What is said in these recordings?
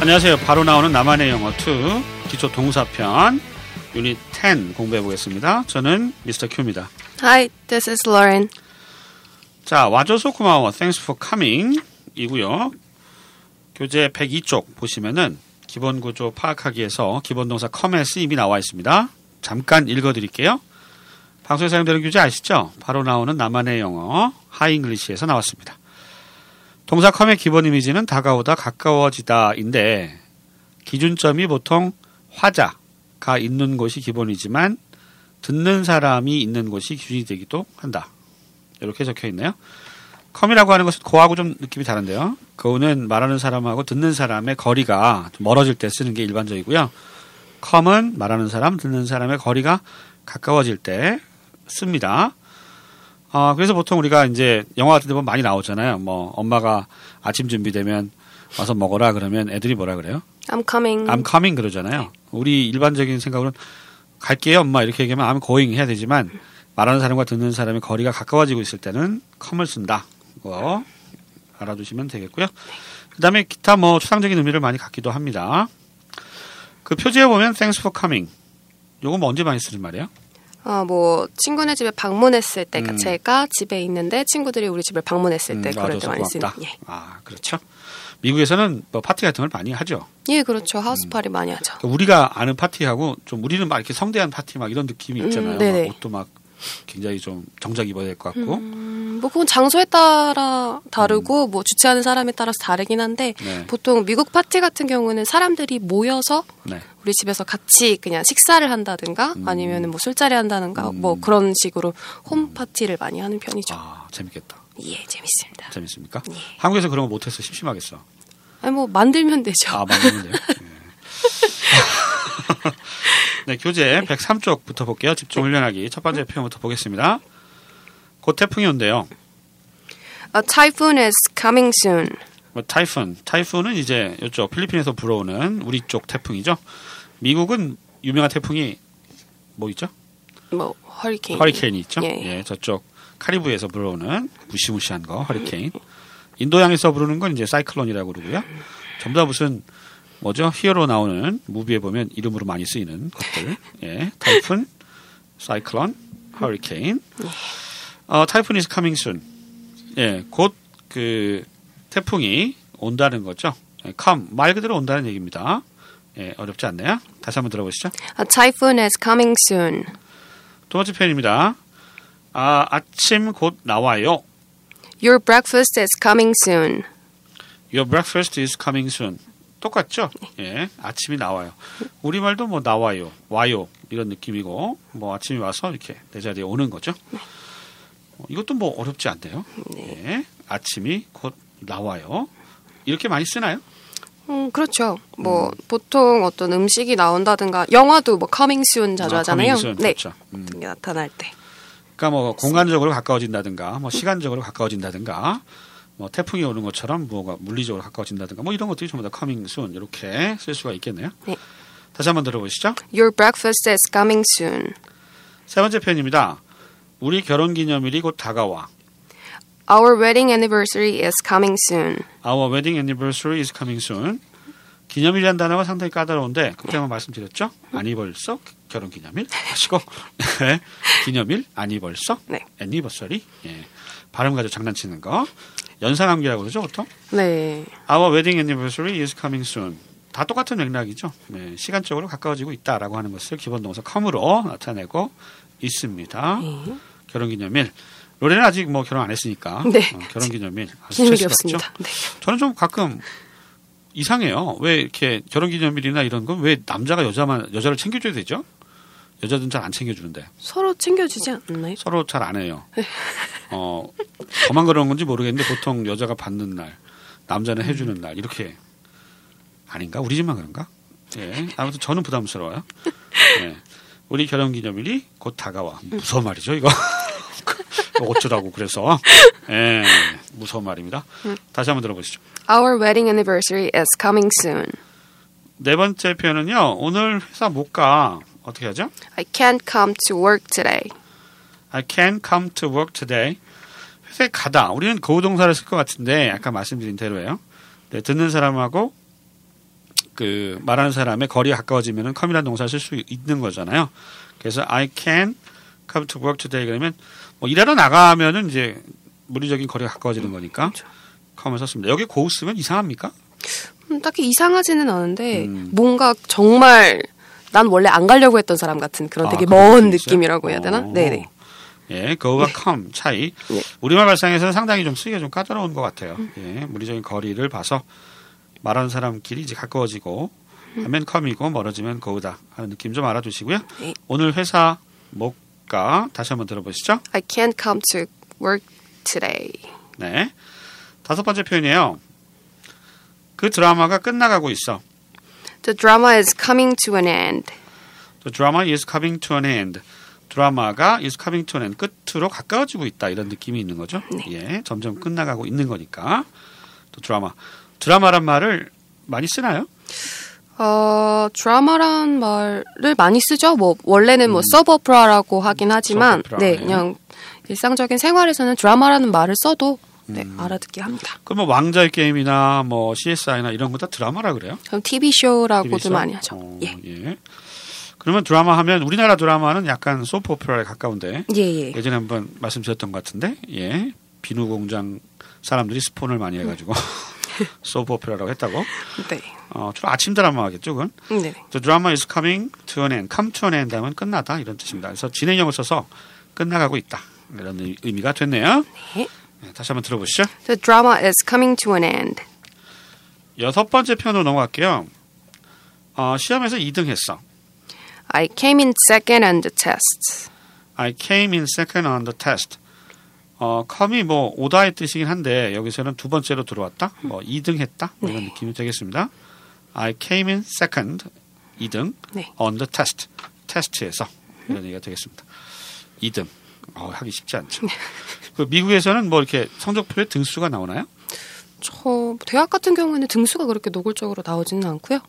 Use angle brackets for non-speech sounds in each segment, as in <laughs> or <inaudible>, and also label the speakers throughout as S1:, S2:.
S1: 안녕하세요. 바로 나오는 나만의 영어 2 기초 동사편 유닛 10 공부해 보겠습니다. 저는 미스터 큐입니다.
S2: Hi, this is Lauren.
S1: 자, 와줘서 고마워. Thanks for coming. 이고요. 교재 102쪽 보시면은 기본 구조 파악하기에서 기본 동사 come에서 이미 나와 있습니다. 잠깐 읽어 드릴게요. 방송에 사용되는 교재 아시죠? 바로 나오는 나만의 영어 하이 잉글리시에서 나왔습니다. 동사 come의 기본 이미지는 다가오다 가까워지다인데 기준점이 보통 화자가 있는 곳이 기본이지만 듣는 사람이 있는 곳이 기준이 되기도 한다. 이렇게 적혀 있네요. 컴이라고 하는 것은 고하고 좀 느낌이 다른데요. 고는 말하는 사람하고 듣는 사람의 거리가 좀 멀어질 때 쓰는 게 일반적이고요. 컴은 말하는 사람, 듣는 사람의 거리가 가까워질 때 씁니다. 아, 그래서 보통 우리가 이제 영화 같은 데 보면 많이 나오잖아요. 뭐 엄마가 아침 준비되면 와서 먹어라 그러면 애들이 뭐라 그래요?
S2: I'm coming.
S1: I'm coming 그러잖아요. 우리 일반적인 생각으로는 갈게요, 엄마 이렇게 얘기하면 I'm going 해야 되지만 말하는 사람과 듣는 사람의 거리가 가까워지고 있을 때는 come을 쓴다. 그거 알아두시면 되겠고요. 그다음에 기타 뭐 추상적인 의미를 많이 갖기도 합니다. 그 표지에 보면 thanks for coming. 요거 뭐 언제 많이 쓰는 말이에요?
S2: 어, 뭐 친구네 집에 방문했을 때,
S1: 음.
S2: 그러니까 제가 집에 있는데 친구들이 우리 집을 방문했을 때 그럴 때
S1: 와줘서
S2: 많이 쓰는.
S1: 음, 고맙다.
S2: 예,
S1: 아, 그렇죠. 미국에서는 뭐 파티 같은 걸 많이 하죠.
S2: 예, 그렇죠. 하우스파리 많이 하죠.
S1: 그러니까 우리가 아는 파티하고 좀 우리는 막 이렇게 성대한 파티 막 이런 느낌이 있잖아요.
S2: 음, 네네.
S1: 막 옷도 막 굉장히 좀 정장 입어야 될 것 같고.
S2: 음, 뭐 그건 장소에 따라 다르고 뭐 주최하는 사람에 따라서 다르긴 한데
S1: 음. 네.
S2: 보통 미국 파티 같은 경우는 사람들이 모여서
S1: 네.
S2: 우리 집에서 같이 그냥 식사를 한다든가
S1: 음.
S2: 아니면 뭐 술자리 한다든가 뭐 그런 식으로 홈 파티를 많이 하는 편이죠.
S1: 음. 아, 재밌겠다.
S2: 예, 재밌습니다.
S1: 재밌습니까?
S2: 네.
S1: 한국에서 그런 거 못해서 심심하겠어.
S2: 아니 뭐 만들면 되죠.
S1: 아, 맞는데요. <laughs> 네, 교재 103쪽부터 볼게요. 집중 훈련하기. 첫
S2: 음.
S1: 번째 표현부터 보겠습니다. 곧 태풍이 온대요.
S2: A 아, typhoon is coming soon.
S1: 뭐 타이푼. 타이푼은 이제 이쪽 필리핀에서 불어오는 우리 쪽 태풍이죠. 미국은 유명한 태풍이 뭐 있죠?
S2: 뭐 허리케인.
S1: 허리케인이 있죠.
S2: 예, 예.
S1: 예, 저쪽 카리브에서 불어오는 무시무시한 거 허리케인. 인도양에서 부르는 건 이제 사이클론이라고 그러고요. 전부 다 무슨 뭐죠? 히어로 나오는 무비에 보면 이름으로 많이 쓰이는 것들. 예, 타이푼, 사이클론, 허리케인. 어, 타이푼 is coming soon. 예, 곧 그 태풍이 온다는 거죠. 예, come 말 그대로 온다는 얘기입니다. 예, 어렵지 않네요. 다시 한번 들어보시죠.
S2: A 아, typhoon is coming soon.
S1: 두 번째 표현입니다. 아, 아침 곧 나와요.
S2: Your breakfast is coming soon.
S1: Your breakfast is coming soon. 똑같죠?
S2: 네.
S1: 예, 아침이 나와요. 우리 말도 뭐 나와요, 와요 이런 느낌이고 뭐 아침이 와서 이렇게 내 자리에 오는 거죠.
S2: 네.
S1: 어, 이것도 뭐 어렵지 않네요. 예, 아침이 곧 나와요. 이렇게 많이 쓰나요?
S2: 음 그렇죠. 뭐 보통 어떤 음식이 나온다든가 영화도 뭐 coming soon 자주
S1: 아,
S2: 하잖아요.
S1: coming soon.
S2: 네.
S1: 그렇죠. 음.
S2: 어떤 게 나타날 때.
S1: 그러니까 뭐 공간적으로 가까워진다든가 뭐 시간적으로 가까워진다든가 뭐 태풍이 오는 것처럼 뭐가 물리적으로 가까워진다든가 뭐 이런 것들이 전부 다 coming soon 이렇게 쓸 수가 있겠네요.
S2: 네.
S1: 다시 한번 들어보시죠.
S2: Your breakfast is coming soon.
S1: 세 번째 표현입니다. 우리 결혼 기념일이 곧 다가와.
S2: Our wedding anniversary is coming soon.
S1: Our wedding anniversary is coming soon. 기념일이라는 단어가 상당히 까다로운데 그때 한번 말씀드렸죠? 아니 벌써 결혼 기념일 하시고 <laughs> 네. 기념일 아니 벌써
S2: 네.
S1: anniversary 예. 발음 가지고 장난치는 거 연상함기라고 그러죠 보통?
S2: 네.
S1: Our wedding anniversary is coming soon. 다 똑같은 맥락이죠. 네, 시간적으로 가까워지고 있다라고 하는 것을 기본 동사 come으로 나타내고 있습니다.
S2: 네.
S1: 결혼 기념일. 로레는 아직 뭐 결혼 안 했으니까
S2: 네.
S1: 어, 결혼 기념일. 아주
S2: 기념일이
S1: 스트레스 받죠?
S2: 없습니다. 네.
S1: 저는 좀 가끔 이상해요. 왜 이렇게 결혼 기념일이나 이런 건 왜 남자가 여자만 여자를 챙겨줘야 되죠? 여자들은 잘 안 챙겨주는데
S2: 서로 챙겨주지 않나요?
S1: 서로 잘 안 해요. 어, 저만 그런 건지 모르겠는데 보통 여자가 받는 날, 남자는 해주는 날 이렇게 아닌가? 우리 집만 그런가? 예. 아무튼 저는 부담스러워요. 예. 우리 결혼 기념일이 곧 다가와. 무서운 말이죠, 이거. <laughs> 뭐 어쩌라고 그래서 예, 무서운 말입니다. 다시 한번 들어보시죠.
S2: Our wedding anniversary is coming soon.
S1: 네 번째 표현은요. 오늘 회사 못 가. 어떻게 하죠?
S2: I can't come to work today.
S1: I can't come to work today. 회사에 가다. 우리는 거우동사를 쓸 것 같은데 아까 말씀드린 대로예요. 네, 듣는 사람하고 그 말하는 사람의 거리가 가까워지면은 come이라는 동사를 쓸 수 있는 거잖아요. 그래서 I can come to work today 그러면 뭐 일하러 나가면은 이제 물리적인 거리가 가까워지는 거니까 come을 썼습니다. 여기 go 쓰면 이상합니까?
S2: 음, 딱히 이상하지는 않은데
S1: 음.
S2: 뭔가 정말 난 원래 안 가려고 했던 사람 같은 그런
S1: 아,
S2: 되게
S1: 그런
S2: 먼
S1: 느낌이 있어요?
S2: 느낌이라고 해야 되나?
S1: 어.
S2: 네네.
S1: 예, go가 come 차이.
S2: 예.
S1: 우리말 발상에서는 상당히 좀 쓰기가 좀 까다로운 것 같아요. 예, 물리적인 거리를 봐서 말하는 사람끼리 이제 가까워지고 하면 come이고 멀어지면 go다 하는 느낌 좀 알아두시고요.
S2: 네.
S1: 오늘 회사 목가 다시 한번 들어보시죠.
S2: I can't come to work today.
S1: 네. 다섯 번째 표현이에요. 그 드라마가 끝나가고 있어.
S2: The drama is coming to an end.
S1: The drama is coming to an end. 드라마가 is coming to an end. 끝으로 가까워지고 있다. 이런 느낌이 있는 거죠.
S2: 네.
S1: 예. 점점 끝나가고 있는 거니까. 또 드라마. 드라마란 말을 많이 쓰나요?
S2: 어, 드라마란 말을 많이 쓰죠. 뭐 원래는
S1: 음.
S2: 뭐 서브오프라라고 하긴 하지만
S1: 서브오프라,
S2: 네,
S1: 네.
S2: 그냥 일상적인 생활에서는 드라마라는 말을 써도 네,
S1: 음.
S2: 알아듣게 합니다.
S1: 그럼 뭐 왕자의 게임이나 뭐 CSI나 이런 거 다 드라마라 그래요?
S2: 그럼 TV 쇼라고도
S1: TV에서?
S2: 많이 하죠.
S1: 어,
S2: 예.
S1: 예. 그러면 드라마 하면 우리나라 드라마는 약간 소프 오페라에 가까운데
S2: 예, 예.
S1: 예전에 한번 말씀드렸던 것 같은데 예 비누 공장 사람들이 스폰을 많이 해가지고
S2: 음.
S1: <laughs> 소프 오페라라고 했다고
S2: 네.
S1: 어, 주로 아침 드라마 하겠죠 그건
S2: 네.
S1: The drama is coming to an end come to an end 하면 끝나다 이런 뜻입니다 그래서 진행형을 써서 끝나가고 있다 이런 의- 의미가 됐네요
S2: 네.
S1: 네, 다시 한번 들어보시죠
S2: The drama is coming to an end.
S1: 여섯 번째 표현으로 넘어갈게요 어, 시험에서 2등 했어
S2: I came in second on the test.
S1: I came in second on the test. 어, come이 뭐 오다의 뜻이긴 한데 여기서는 두 번째로 들어왔다. 뭐 2등 했다. 뭐 이런 느낌이 되겠습니다. I came in second. 2등.
S2: 네.
S1: on the test. 테스트에서 이런 얘기가 되겠습니다. 2등. 어, 하기 쉽지 않죠. 그 미국에서는 뭐 이렇게 성적표에 등수가 나오나요?
S2: 저 대학 같은 경우에는 등수가 그렇게 노골적으로 나오지는 않고요.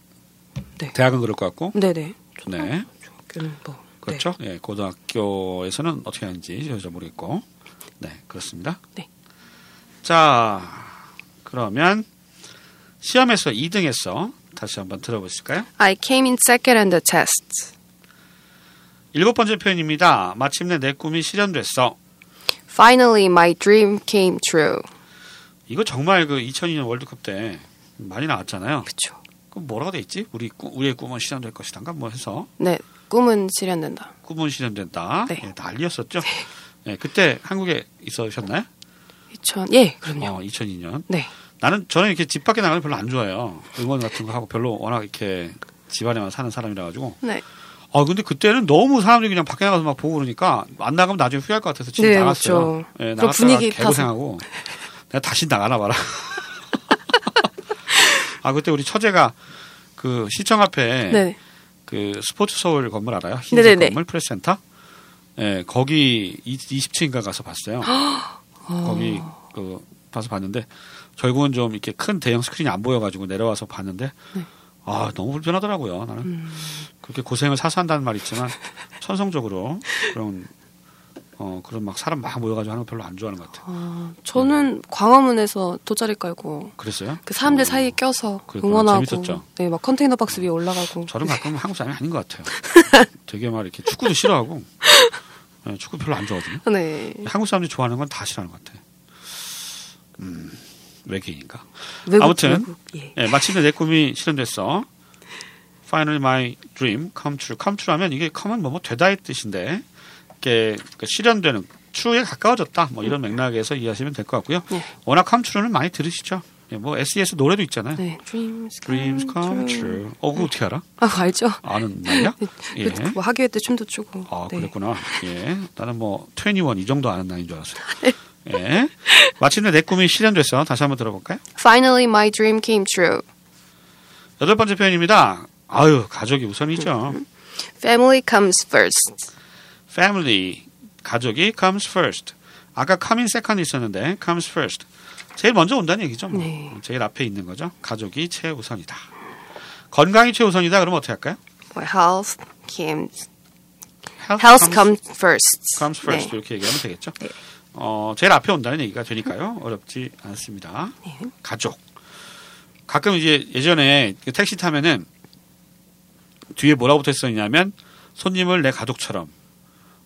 S1: 대학은 그럴 것 같고.
S2: 네, 네.
S1: 네.
S2: 학교는 뭐
S1: 그렇죠. 예, 고등학교에서는 어떻게 하는지 전혀 모르겠고. 네, 그렇습니다.
S2: 네.
S1: 자, 그러면 시험에서 2등했어. 다시 한번 들어보실까요?
S2: 네. I came in second on the test.
S1: 일곱 번째 표현입니다. 마침내 내 꿈이 실현됐어.
S2: Finally, my dream came true.
S1: 이거 정말 그 2002년 월드컵 때 많이 나왔잖아요.
S2: 그렇죠.
S1: 그럼 뭐라고 돼 있지? 우리 꿈, 우리의 꿈은 실현될 것이란가 뭐 해서
S2: 네, 꿈은 실현된다.
S1: 꿈은 실현된다.
S2: 네.
S1: 예, 난리였었죠. 예, 그때 한국에 있으셨나요?
S2: 2000. 예, 그럼요.
S1: 어, 2002년.
S2: 네.
S1: 나는 저는 이렇게 집 밖에 나가는 걸 별로 안 좋아해요. 응원 같은 거 하고 별로 워낙 이렇게 집안에만 사는 사람이라 가지고.
S2: 네.
S1: 아 근데 그때는 너무 사람들이 그냥 밖에 나가서 막 보고 그러니까 안 나가면 나중에 후회할 것 같아서 집에
S2: 네,
S1: 나갔어요.
S2: 그렇죠.
S1: 예,
S2: 그
S1: 나갔다가
S2: 분위기
S1: 개고생하고 내가 다시 나가나
S2: <laughs>
S1: 봐라. 아 그때 우리 처제가 그 시청 앞에
S2: 네.
S1: 그 스포츠 서울 건물 알아요? 흰색
S2: 네네네.
S1: 건물 프레스센터. 예, 거기 20층인가 가서
S2: <gasps>
S1: 봤어요. 거기 그 가서 봤는데 결국은 좀 이렇게 큰 대형 스크린이 안 보여가지고 내려와서 봤는데
S2: 네.
S1: 아 너무 불편하더라고요. 나는 그렇게 고생을 사서한다는 말
S2: <laughs>
S1: 있지만 천성적으로 그런 어 그런 막 사람 막 모여가지고 하는 거 별로 안 좋아하는 것 같아요.
S2: 아,
S1: 음.
S2: 저는 광화문에서 돗자리 깔고
S1: 그랬어요?
S2: 그 사람들
S1: 어,
S2: 사이에 껴서
S1: 그랬구나.
S2: 응원하고
S1: 재밌었죠?
S2: 네, 막 컨테이너 박스 위에 올라가고
S1: 저는 가끔 한국 사람이 아닌 것
S2: <laughs>
S1: 같아요. 되게 막 이렇게 축구도 싫어하고 예, 축구 별로 안 좋아하거든요.
S2: 네.
S1: 한국 사람들이 좋아하는 건 다 싫어하는 것 같아. 음, 외계인인가?
S2: 외국,
S1: 아무튼.
S2: 외국. 예.
S1: 예, 마침내 내 꿈이 실현됐어. Finally my dream come true. come true 하면 이게 come은 뭐뭐 되다의 뜻인데 이게 그 실현되는 true에 가까워졌다. 뭐 이런 맥락에서 이해하시면 될 것 같고요.
S2: 네.
S1: 워낙 come true는 많이 들으시죠. 예, 뭐 SES 노래도 있잖아요.
S2: 네, dreams come,
S1: Dreams come true. 어, 그거 어떻게 알아?
S2: 아, 알죠.
S1: 아는 말이야? 예.
S2: 그, 뭐 학교에 때 춤도 추고.
S1: 아,
S2: 네.
S1: 그랬구나. 예. 나는 뭐, 21, 이 정도 아는 나이인 줄 알았어요.
S2: 네.
S1: 예. 마침내 내 꿈이 실현됐어. 다시 한번 들어볼까요?
S2: Finally, my dream came true.
S1: 여덟 번째 표현입니다. 아유, 가족이 우선이죠.
S2: 음, Family comes first.
S1: family, 가족이 comes first. 아까 coming second 있었는데, comes first. 제일 먼저 온다는 얘기죠. 뭐.
S2: 네.
S1: 제일 앞에 있는 거죠. 가족이 최우선이다. 건강이 최우선이다. 그러면 어떻게 할까요?
S2: My health comes.
S1: health
S2: Health
S1: comes-
S2: comes first.
S1: comes first
S2: 네.
S1: 이렇게 얘기하면 되겠죠.
S2: 네. 네.
S1: 어, 제일 앞에 온다는 얘기가 되니까요. 어렵지 않습니다. 가족. 가끔 이제 예전에 그 택시 타면은 뒤에 뭐라고 붙어 있었냐면 손님을 내 가족처럼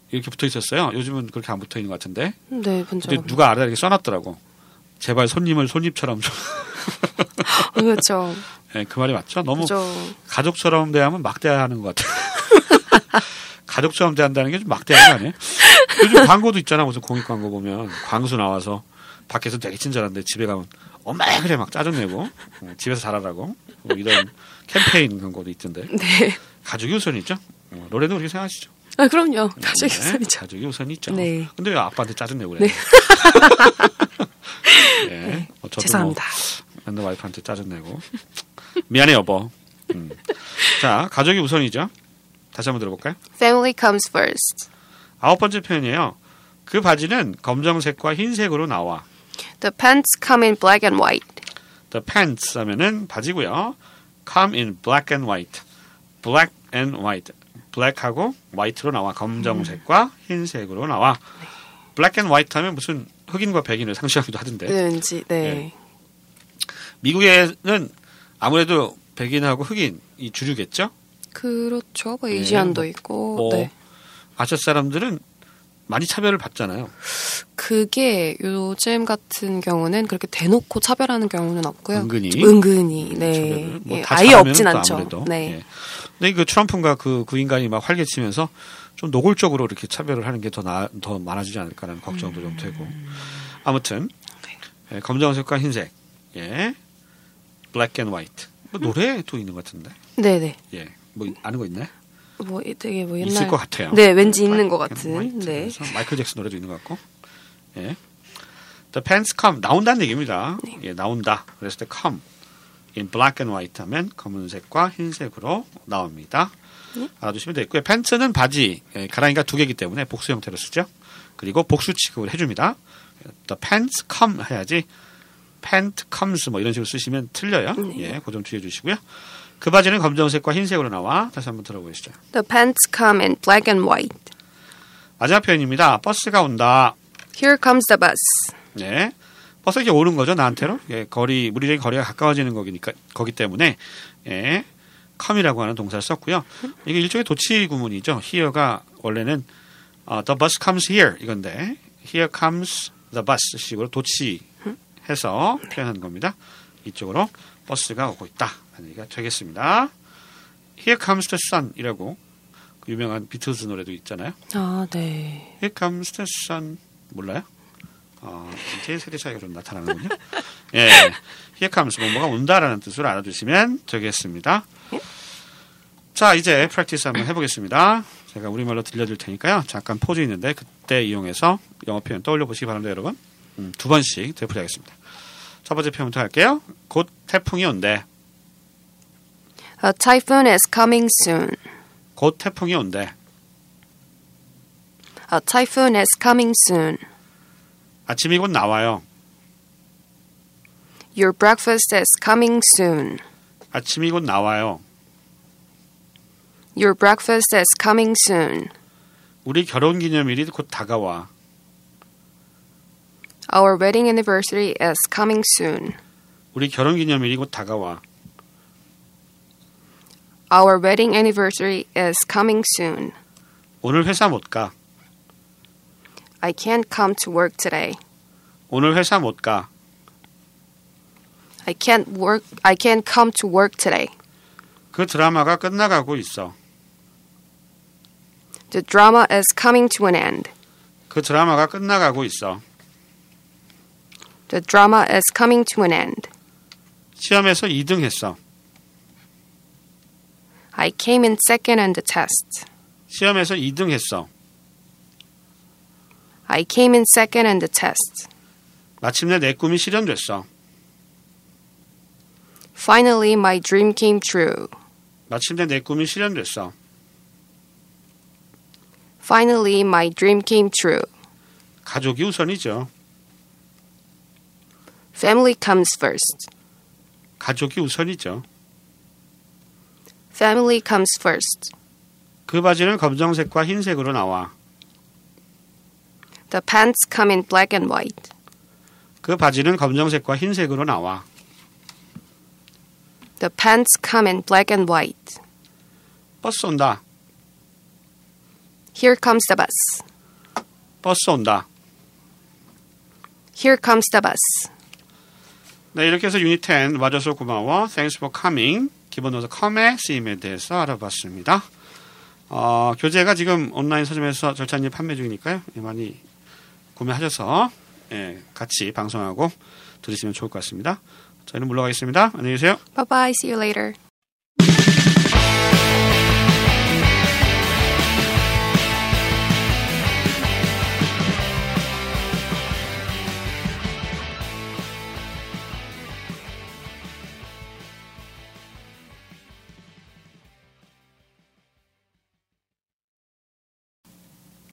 S1: 이렇게 붙어 있었어요. 요즘은 그렇게 안 붙어 있는 것 같은데.
S2: 네, 본
S1: 근데
S2: 적 없.
S1: 누가 알아 이렇게 써놨더라고. 제발 손님을 손님처럼 좀. <laughs>
S2: 그렇죠.
S1: 예, 그 말이 맞죠? <laughs> 너무
S2: 그죠.
S1: 가족처럼 대하면 막대하는 것 같아요. <laughs> 가족처럼 대한다는 게 좀 막대하는 거 아니에요? 요즘 광고도 있잖아. 무슨 공익 광고 보면 광수 나와서 밖에서 되게 친절한데 집에 가면 엄마 그래 막 짜증내고 어, 집에서 잘하라고 뭐 이런 캠페인 광고도 있던데
S2: 네.
S1: 가족이 우선이죠. 어, 노래도 그렇게 생각하시죠?
S2: 아, 그럼요.
S1: 네,
S2: 가족 유산이죠.
S1: 가족이 우선이죠.
S2: 네.
S1: 근데 왜 아빠한테 짜증내고 그래요? <laughs> 네. 어, 저도 뭐
S2: 죄송합니다.
S1: 맨날 와이프한테 짜증내고 미안해 여보. 음. 자 가족이 우선이죠. 다시 한번 들어볼까요?
S2: Family comes first.
S1: 아홉 번째 표현이에요. 그 바지는 검정색과 흰색으로 나와.
S2: The pants come in black and white.
S1: The pants 하면은 바지고요. Come in black and white. Black and white. black하고 white로 나와. 검정색과 흰색으로 나와. black and white 하면 무슨 흑인과 백인을 상징하기도 하던데.
S2: 네, 왠지 네.
S1: 미국에는 아무래도 백인하고 흑인 이 주류겠죠.
S2: 그렇죠. 뭐
S1: 네,
S2: 에이지안도 있고.
S1: 뭐
S2: 네.
S1: 아시아 사람들은 많이 차별을 받잖아요.
S2: 그게 요즘 같은 경우는 그렇게 대놓고 차별하는 경우는 없고요.
S1: 은근히.
S2: 좀 은근히. 네.
S1: 차별을. 뭐
S2: 예,
S1: 다
S2: 아예
S1: 잘하면은
S2: 없진
S1: 또
S2: 않죠.
S1: 아무래도.
S2: 네.
S1: 예. 근데 그 트럼프가 그, 그 인간이 막 활개치면서 좀 노골적으로 이렇게 차별을 하는 게 더 나, 더 많아지지 않을까라는 걱정도 좀 되고. 아무튼. 예, 검정색과 흰색. 예. black and white.
S2: 음.
S1: 뭐 노래도 있는 것 같은데.
S2: 네, 네.
S1: 예. 뭐 아는 거 있나요?
S2: 뭐 이- 되게 뭐 옛날
S1: 있을 것 같아요.
S2: 네, 왠지
S1: Black
S2: 있는 것
S1: and
S2: 같은.
S1: White.
S2: 네.
S1: 그래서 마이클 잭슨 노래도 있는 것 같고. 예. The pants come 나온다는 얘기입니다.
S2: 네.
S1: 예, 나온다. 그랬을 때 come in black and white 하면 검은색과 흰색으로 나옵니다.
S2: 네.
S1: 알아두시면 되겠고요. 팬츠는 바지 예, 가랑이가 두 개이기 때문에 복수 형태로 쓰죠. 그리고 복수 취급을 해줍니다. The pants come 해야지 pant comes 뭐 이런 식으로 쓰시면 틀려요.
S2: 네.
S1: 예, 그 좀 주의해 주시고요. 그 바지는 검정색과 흰색으로 나와 다시 한번 들어보시죠.
S2: The pants come in black and white.
S1: 마지막 표현입니다. 버스가 온다.
S2: Here comes the bus.
S1: 네. 버스 이렇게 오는 거죠 나한테로. 예, 거리 물리적인 거리가 가까워지는 거기니까 거기 때문에 예, come이라고 하는 동사를 썼고요. 이게 일종의 도치 구문이죠. here가 원래는 어, the bus comes here 이건데 here comes the bus식으로 도치해서 표현한 겁니다. 이쪽으로 버스가 오고 있다. 라는 얘기가 되겠습니다. Here comes the sun이라고 그 유명한 비틀즈 노래도 있잖아요.
S2: 아, 네.
S1: Here comes the sun. 몰라요? 어, 이제 세대 차이가 좀 나타나는군요. 예. Here comes. 뭐가 온다라는 뜻으로 알아두시면 되겠습니다. 자, 이제 프랙티스 한번 해보겠습니다. 제가 우리말로 들려드릴 테니까요. 잠깐 포즈 있는데 그때 이용해서 영어 표현 떠올려 보시기 바랍니다, 여러분. 음, 두 번씩 되풀이하겠습니다. 첫 번째 표현부터 할게요. 곧 태풍이 온대.
S2: A typhoon is coming soon.
S1: 곧 태풍이 온대.
S2: A typhoon is coming soon.
S1: 아침이 곧 나와요.
S2: Your breakfast is coming soon.
S1: 아침이 곧 나와요.
S2: Your breakfast is coming soon.
S1: 우리 결혼 기념일이 곧 다가와.
S2: Our wedding anniversary is coming soon.
S1: 우리 결혼 기념일이 곧 다가와.
S2: Our wedding anniversary is coming soon.
S1: 오늘 회사 못 가.
S2: I can't come to work today.
S1: 오늘 회사 못 가.
S2: I can't work I can't come to work today.
S1: 그 드라마가 끝나가고 있어.
S2: The drama is coming to an end.
S1: 그 드라마가 끝나가고 있어.
S2: The drama is coming to an end.
S1: 시험에서 2등 했어.
S2: I came in second on the test.
S1: 시험에서 2등 했어.
S2: I came in second on the test.
S1: 마침내 내 꿈이 실현됐어.
S2: Finally, my dream came true.
S1: 마침내 내 꿈이 실현됐어.
S2: Finally, my dream came true.
S1: 가족이 우선이죠.
S2: Family comes first.
S1: 가족이 우선이죠.
S2: Family comes first.
S1: 그 바지는 검정색과 흰색으로 나와.
S2: The pants come in black and white.
S1: 그 바지는 검정색과 흰색으로 나와.
S2: The pants come in black and white.
S1: 버스 온다.
S2: Here comes the bus.
S1: 버스 온다.
S2: Here comes the bus.
S1: 네, 이렇게 해서 유닛 10 와줘서 고마워. Thanks for coming. 기본 동사 come의 쓰임에 대해서 알아봤습니다. 어, 교재가 지금 온라인 서점에서 절찬리 판매 중이니까요. 예, 많이 구매하셔서 예, 같이 방송하고 들으시면 좋을 것 같습니다. 저희는 물러가겠습니다. 안녕히 계세요.
S2: Bye bye. See you later.